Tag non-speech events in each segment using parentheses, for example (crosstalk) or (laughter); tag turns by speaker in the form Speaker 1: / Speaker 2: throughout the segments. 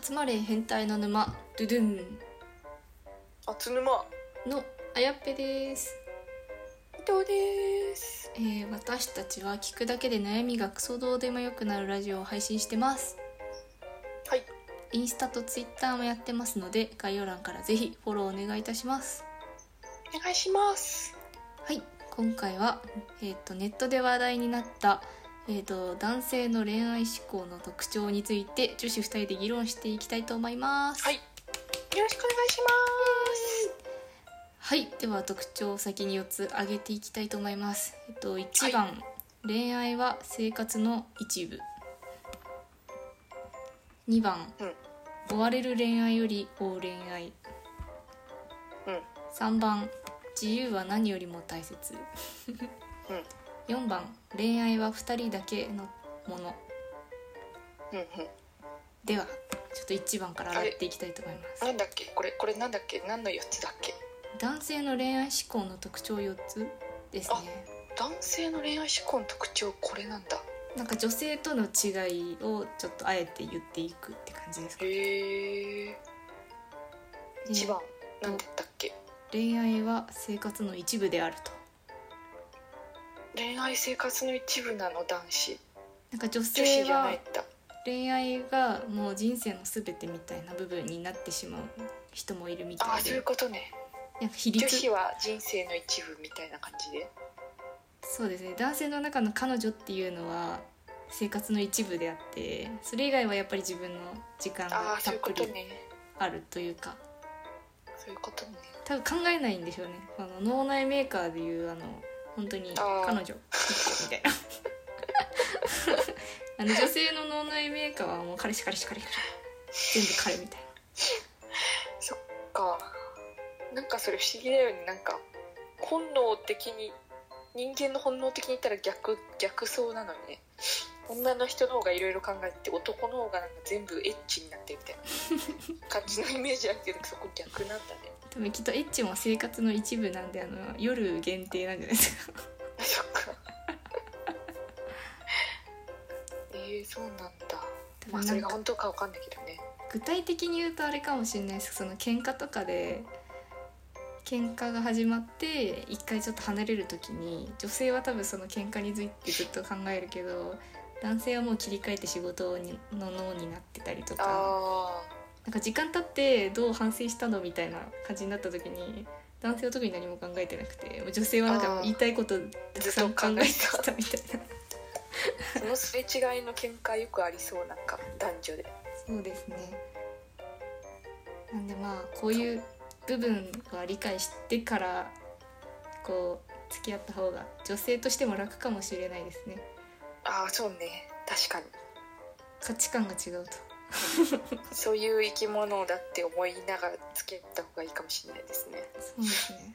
Speaker 1: 集まれ変態の沼ドゥドゥン
Speaker 2: あつぬま
Speaker 1: のあやっぺです、
Speaker 2: 伊藤です
Speaker 1: えー私たちは聞くだけで悩みがクソどうでもよくなるラジオを配信してます
Speaker 2: はい
Speaker 1: インスタとツイッターもやってますので概要欄からぜひフォローお願いいたします
Speaker 2: お願いします
Speaker 1: はい今回は、えー、とネットで話題になった、えー、と男性の恋愛思考の特徴について女子2人で議論していきたいと思います
Speaker 2: はいよろしくお願いします
Speaker 1: はいでは特徴を先に4つ挙げていきたいと思います、えっと、1番、恋愛は生活の一部2番、
Speaker 2: うん
Speaker 1: 追われる恋愛より追う恋愛
Speaker 2: うんうん
Speaker 1: 3番自由は何よりも大切4番恋愛は2人だけのもの
Speaker 2: うん
Speaker 1: ではちょっと1番から洗っていきたいと思いま
Speaker 2: うんな
Speaker 1: す
Speaker 2: んだっけこれこれなんだっけ何のやつだっけ
Speaker 1: 男性の恋愛思考の特徴4つです
Speaker 2: あ
Speaker 1: ね
Speaker 2: 男性の恋愛思考の特徴これなんだ
Speaker 1: なんか女性との違いをちょっとあえて言っていくって感じですか
Speaker 2: へえ一番なんだったっけ
Speaker 1: 恋愛は生活の一部であると
Speaker 2: 恋愛生活の一部なの男子
Speaker 1: なんか女
Speaker 2: 女子
Speaker 1: 性
Speaker 2: じゃない
Speaker 1: は
Speaker 2: んだ
Speaker 1: 恋愛がもう人生のすべてみたいな部分になってしまう人もいるみ
Speaker 2: あ
Speaker 1: た
Speaker 2: あ
Speaker 1: い
Speaker 2: そういう
Speaker 1: で
Speaker 2: ことね
Speaker 1: なんか比
Speaker 2: 女
Speaker 1: 率
Speaker 2: 子は人生の一部みたいな感じで
Speaker 1: そうですね男性の中の彼女っていうのは生活の一部であってそれ以外はやっぱり自分の時間
Speaker 2: あ
Speaker 1: が
Speaker 2: あ
Speaker 1: た
Speaker 2: そう
Speaker 1: っ
Speaker 2: いうこ
Speaker 1: ぷ
Speaker 2: と
Speaker 1: り
Speaker 2: ね
Speaker 1: あるというか
Speaker 2: そういうことね
Speaker 1: 多分考えないんでしょうねあの脳内メーカーでいうあの本当に
Speaker 2: あー
Speaker 1: 彼女一個みたいな (laughs) あの女性の脳内メーカーはもう彼氏彼氏彼氏全部彼みたい
Speaker 2: そっかなんかそれ不思議だよねなんか本能的に人間の本能的に言ったら逆逆そうなのにね女の人の方がいろいろ考えて男の方がなんか全部エッチになってるみたいな感じのイメージあるけどそこ逆なんだね
Speaker 1: な多分きっとエッチも生活の一部なんであの夜限定なんじゃないですか
Speaker 2: そっかえー、そうなんだ
Speaker 1: 多
Speaker 2: まあ
Speaker 1: 分
Speaker 2: そ
Speaker 1: な
Speaker 2: れ
Speaker 1: ん
Speaker 2: が
Speaker 1: か
Speaker 2: 本当かわかんないけどね
Speaker 1: 具体的に言うとあれかもしれないですその喧嘩とかで喧嘩が始まって一回ちょっと離れる時に女性は多分その喧嘩についてずっと考えるけど男性はもう切り替えて仕事にの脳になってたりとか
Speaker 2: あ
Speaker 1: なんか時間経ってどう反省したのみたいな感じになった時に男性は特に何も考えてなくてもう女性はなん
Speaker 2: あ
Speaker 1: か
Speaker 2: ー
Speaker 1: 言いたいことたくさん考えてきたみたいな
Speaker 2: あそのすれ違いの喧嘩よくありそうなんか男女で
Speaker 1: そうですねなんでまあこういう部分は理解してからこう付き合った方が女性としても楽かもしれないですね
Speaker 2: ああそうね確かに
Speaker 1: 価値観が違うと
Speaker 2: そういう生き物だって思いながらつけた方がいいかもしれないですね
Speaker 1: そうですね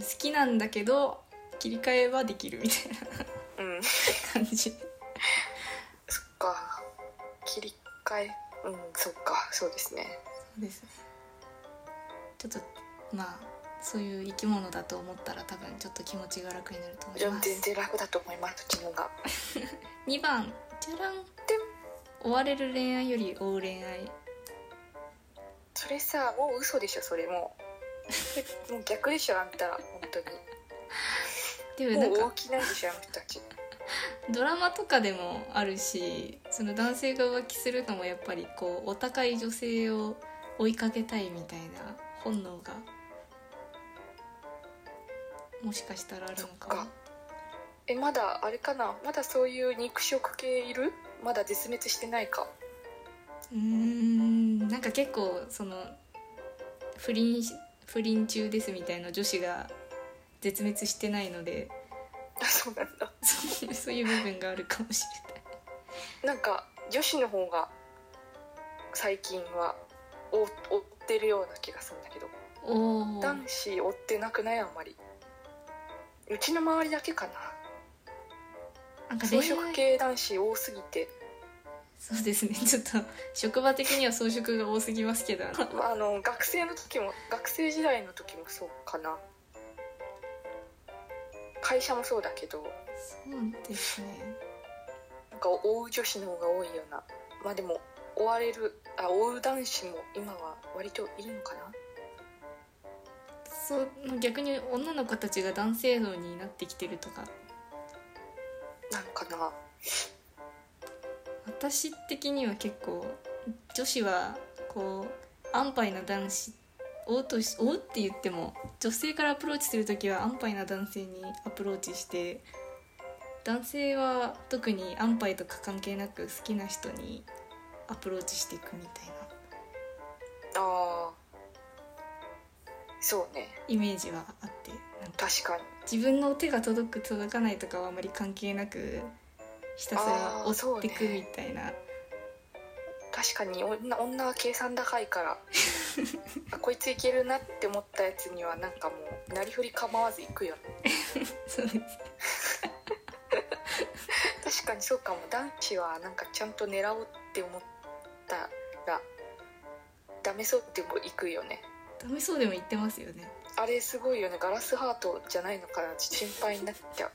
Speaker 1: 好きなんだけど切り替えはできるみたいな
Speaker 2: うん
Speaker 1: 感じ
Speaker 2: そっか切り替えうんそっかそうですね
Speaker 1: そうですねちょっとまあそういう生き物だと思ったら多分ちょっと気持ちが楽になると思
Speaker 2: じゃ
Speaker 1: い
Speaker 2: あ
Speaker 1: ま
Speaker 2: 全
Speaker 1: す
Speaker 2: 然楽だと思います自分が
Speaker 1: 2番じゃらん追われる恋愛より追う恋愛
Speaker 2: それさもう嘘でしょそれも (laughs) うもう逆でしょあんたら本
Speaker 1: で
Speaker 2: 当
Speaker 1: も
Speaker 2: に
Speaker 1: な
Speaker 2: も
Speaker 1: ん
Speaker 2: う
Speaker 1: か
Speaker 2: 大きないでしょあの人たち
Speaker 1: ドラマとかでもあるしその男性が浮気するのもやっぱりこうお高い女性を追いかけたいみたいな本能がもしかしたらあるのか
Speaker 2: そ
Speaker 1: も
Speaker 2: っかえまだあれかなまだそういう肉食系いるまだ絶滅してないか (laughs)
Speaker 1: うーんなんか結構その不倫し不倫中ですみたいな女子が絶滅してないので (laughs)
Speaker 2: あそうなんだ
Speaker 1: そういうそういう部分があるかもしれない
Speaker 2: なんか女子の方が最近は追追ってるような気がするんだけど
Speaker 1: おー
Speaker 2: 男子追ってなくないあんまりうちの周りだけかな
Speaker 1: なんか恋
Speaker 2: 草
Speaker 1: 愛
Speaker 2: 食系男子多すぎて、
Speaker 1: そうですねちょっと職場的には装飾が多すぎますけど
Speaker 2: まあ、あの学生の時も学生時代の時もそうかな会社もそうだけど
Speaker 1: そうですね
Speaker 2: なんか追う女子の方が多いようなまあでも追われるあ追う男子も今は割といるのかな
Speaker 1: そう逆に女の子たちが男性像になってきてるとか
Speaker 2: なのかな
Speaker 1: 私的には結構女子はこう安牌な男子追うとし追うって言っても女性からアプローチする時は安牌な男性にアプローチして男性は特に安牌とか関係なく好きな人にアプローチしていくみたいな
Speaker 2: あーそうね
Speaker 1: イメージはあってなんか
Speaker 2: 確かに
Speaker 1: 自分の手が届く届かないとかはあまり関係なくひたすら
Speaker 2: あー
Speaker 1: 追ってく
Speaker 2: そうね
Speaker 1: みたいな、
Speaker 2: 確かに女女は計算高いからあこいついけるなって思ったやつにはなんかもうなりふり構わず行くよね
Speaker 1: そうです
Speaker 2: 確かにそうかも男子はなんかちゃんと狙おうって思ったらダメそうっても行くよね
Speaker 1: ダメそうでも言ってますよね
Speaker 2: あれすごいよねガラスハートじゃないのかな心配になっちゃう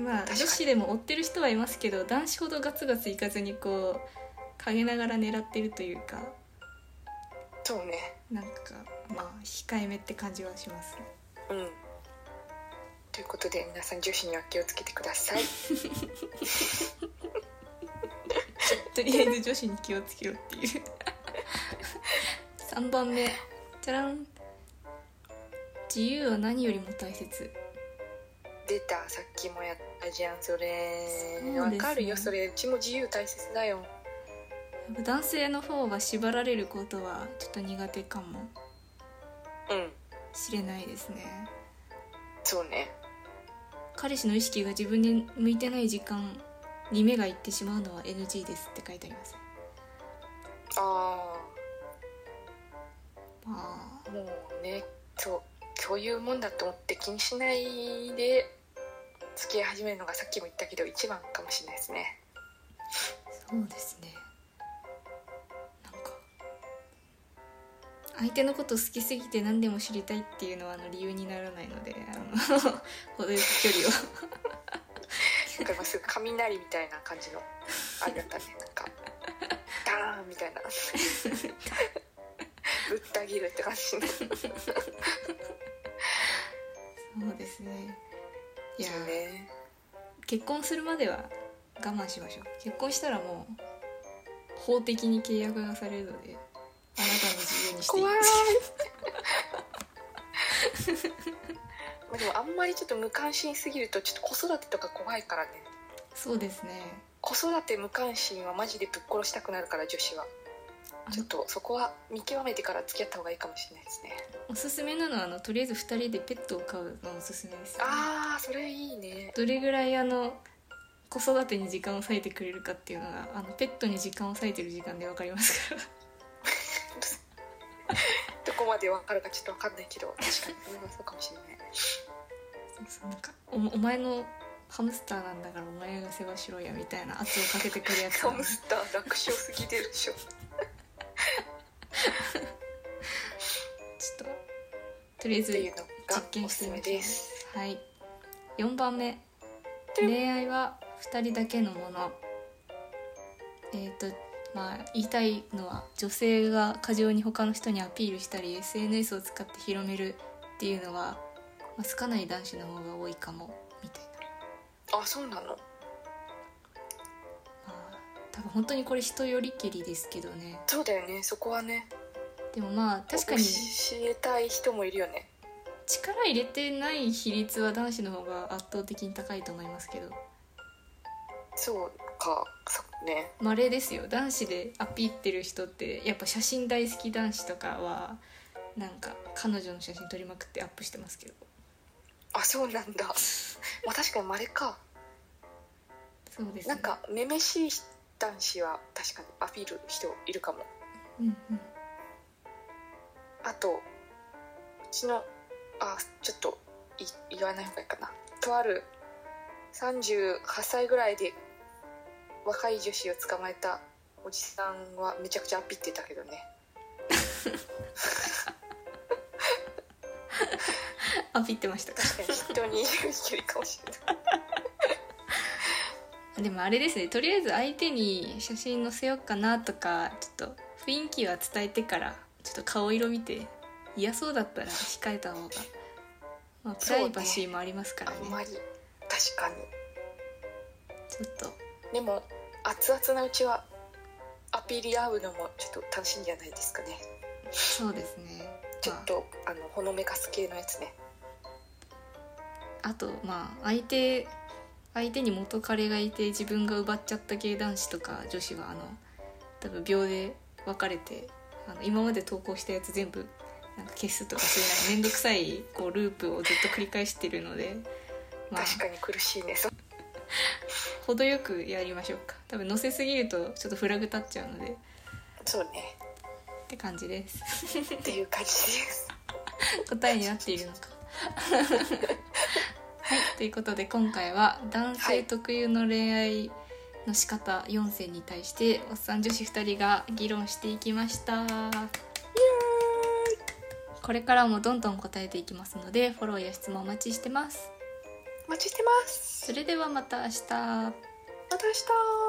Speaker 1: まあ
Speaker 2: 確か
Speaker 1: 女
Speaker 2: に
Speaker 1: 子でも追ってる人はいますけど男子ほどガツガツいかずにこう陰ながら狙ってるというか
Speaker 2: そうね
Speaker 1: なんかまあ控えめって感じはしますね (laughs)
Speaker 2: うんということで皆さん女子には気をつけてください
Speaker 1: とりあえず女子に気をつけろっていう (laughs) 3番目じゃらん自由は何よりも大切
Speaker 2: 出たさっきもやったじゃんそれ
Speaker 1: そうですね
Speaker 2: わ、かるよそれうちも自由大切だよ
Speaker 1: 男性の方は縛られることはちょっと苦手かも
Speaker 2: うん
Speaker 1: しれないですね
Speaker 2: そうね
Speaker 1: 彼氏の意識が自分に向いてない時間に目がいってしまうのは NG ですって書いてあります
Speaker 2: あ
Speaker 1: ま
Speaker 2: あもうねそうそういうもんだと思って気にしないで付き合い始めるのがさっきも言ったけど一番かもしれないですね
Speaker 1: あそうですねなんか相手のこと好きすぎて何でも知りたいっていうのはあの理由にならないのであの (laughs) 程よく距離を
Speaker 2: なんか今すぐ雷みたいな感じのあれだったねなんかダーンみ
Speaker 1: (laughs)
Speaker 2: たいなぶった切るって感じの
Speaker 1: そうですねいや
Speaker 2: ね
Speaker 1: 結婚するまでは我慢しましょう結婚したらもう法的に契約がされるのであなたの自由にしていい
Speaker 2: 怖いまあでもあんまりちょっと無関心すぎるとちょっと子育てとか怖いからね
Speaker 1: そうですね
Speaker 2: 子育て無関心はマジでぶっ殺したくなるから女子は
Speaker 1: あの
Speaker 2: ちょっとそこは見極めてから付き合った方がいいかもしれないですね
Speaker 1: おすすめなのはあのとりあえず2人でペットを飼うのがおすすめですよね、
Speaker 2: ああそれいいね
Speaker 1: どれぐらいあの子育てに時間を割いてくれるかっていうのがあのペットに時間を割いてる時間で分かりますから
Speaker 2: どこまでわかるかちょっとわかんないけど確かにそれはそうかもしれない
Speaker 1: そうそうなんかお (laughs) お前のハムスターなんだからお前が世話しろやみたいな圧をかけてくるやつ
Speaker 2: ハムスター楽勝すぎてるでしょ
Speaker 1: ちょっととりあえ
Speaker 2: ってい
Speaker 1: ず
Speaker 2: うの
Speaker 1: 実
Speaker 2: がお
Speaker 1: 験し
Speaker 2: す
Speaker 1: て
Speaker 2: すめ
Speaker 1: みて
Speaker 2: です
Speaker 1: はい4番目
Speaker 2: で
Speaker 1: 恋愛は2人だけのものえっ、とまあ言いたいのは女性が過剰に他の人にアピールしたり SNS を使って広めるっていうのは、まあ、好かない男子の方が多いかもみたい
Speaker 2: あそうなの
Speaker 1: な、まあ、多分本当にこれ人よりけりですけどね
Speaker 2: そうだよねそこはね
Speaker 1: でもまあ確かに
Speaker 2: 教えたい人もいるよね
Speaker 1: 力入れてない比率は男子の方が圧倒的に高いと思いますけど
Speaker 2: そうかそうね
Speaker 1: 稀ですよ男子でアピってる人ってやっぱ写真大好き男子とかはなんか彼女の写真撮りまくってアップしてますけど
Speaker 2: あそうなん
Speaker 1: (laughs)
Speaker 2: だまあ確かにまれか
Speaker 1: そうですね
Speaker 2: なんかめめしい男子は確かにアピール人いるかも
Speaker 1: うんうん
Speaker 2: あとうちのあちょっとい言わない方がいいかなとある38歳ぐらいで若い女子を捕まえたおじさんはめちゃくちゃアピってたけどね
Speaker 1: アピってましたか
Speaker 2: 確かに人に言うよりかもしれない
Speaker 1: でもあれですねとりあえず相手に写真載せようかなとかちょっと雰囲気は伝えてからちょっと顔色見て嫌そうだったら控えた方が、まあ、プライバシーもありますから
Speaker 2: あ
Speaker 1: ね
Speaker 2: んまり確かに
Speaker 1: ちょっと
Speaker 2: でも熱々なうちはアピール合うのもちょっと楽しいんじゃないですかね
Speaker 1: そうですね
Speaker 2: ちょっとあのほのめかす系のやつね
Speaker 1: あとまあ相手相手に元彼がいて自分が奪っちゃった系男子とか女子はあの多分秒で別れてあの今まで投稿したやつ全部なんか消すとかそういうなんか面倒くさいこうループをずっと繰り返してるので、まあ、
Speaker 2: 確かに苦しいねそ
Speaker 1: 程よくやりましょうか多分載せすぎるとちょっとフラグ立っちゃうので
Speaker 2: そう
Speaker 1: (laughs)
Speaker 2: ね
Speaker 1: って感じです
Speaker 2: っていう感じです
Speaker 1: 答えになっているのかはいということで今回は男性特有の恋愛の仕方4選に対しておっさん女子2人が議論していきましたこれからもどんどん答えていきますのでフォローや質問お待ちしてます
Speaker 2: お待ちしてます
Speaker 1: それではまた明日
Speaker 2: また明日